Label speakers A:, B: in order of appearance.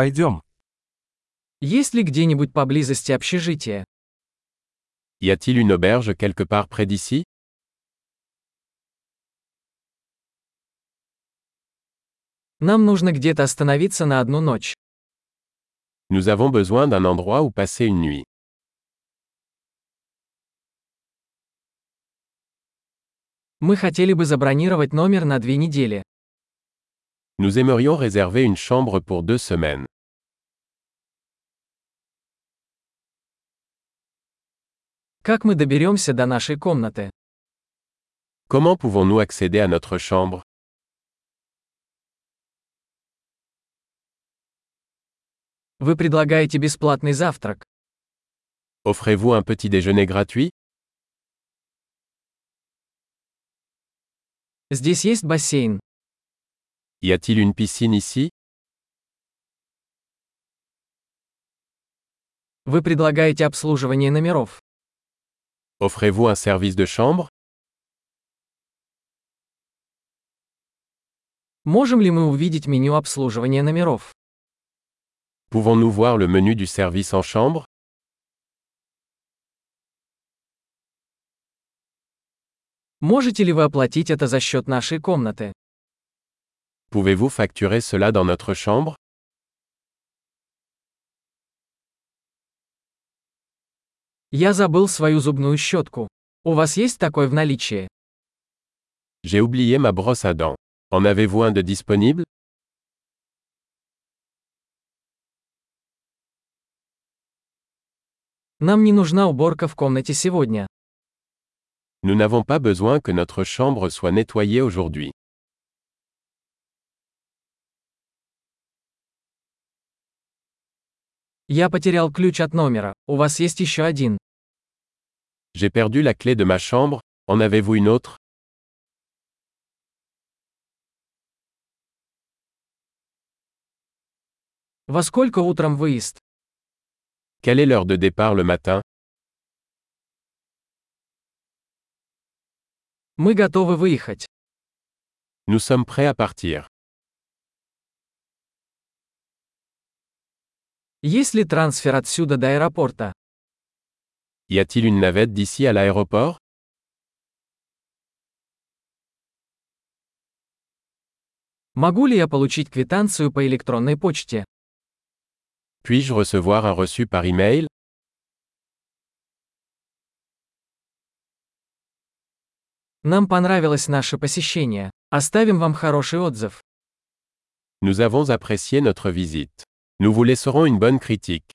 A: Пойдем.
B: Есть ли где-нибудь поблизости общежитие?
C: Y a-t-il une auberge quelque part près d'ici
B: Нам нужно где-то остановиться на одну ночь.
C: Nous avons besoin d'un endroit où passer une nuit.
B: Мы хотели бы забронировать номер на две недели.
C: Nous aimerions réserver une chambre pour deux semaines.
B: Как мы доберемся до нашей комнаты?
C: Comment pouvons-nous accéder à notre chambre
B: Вы предлагаете бесплатный завтрак.
C: Offrez-vous un petit déjeuner gratuit
B: Здесь есть бассейн.
C: Y a-t-il une piscine ici
B: Вы предлагаете обслуживание номеров.
C: Offrez-vous un service de chambre
B: Можем ли мы увидеть меню обслуживания номеров?
C: Pouvons-nous voir le menu du service en chambre
B: Можете ли вы оплатить это за счет нашей комнаты?
C: Pouvez-vous facturer cela dans notre chambre
B: Я забыл свою зубную щетку. У вас есть такой в наличии?
C: J'ai oublié ma brosse à dents. En avez-vous un de disponible
B: Нам не нужна уборка в комнате сегодня.
C: Nous n'avons pas besoin que notre chambre soit nettoyée aujourd'hui.
B: Я потерял ключ от номера. У вас есть еще один.
C: J'ai perdu la clé de ma chambre, en avez-vous une autre
B: Во сколько утром выезд?
C: Quelle est l'heure de départ le matin
B: Мы готовы выехать.
C: Nous sommes prêts à partir.
B: Есть ли трансфер отсюда до аэропорта?
C: Y a-t-il une navette d'ici à l'aéroport
B: Могу ли я получить квитанцию по электронной почте?
C: Puis-je recevoir un reçu par email
B: Нам понравилось наше посещение. Оставим вам хороший отзыв.
C: Nous avons apprécié notre visite. Nous vous laisserons une bonne critique.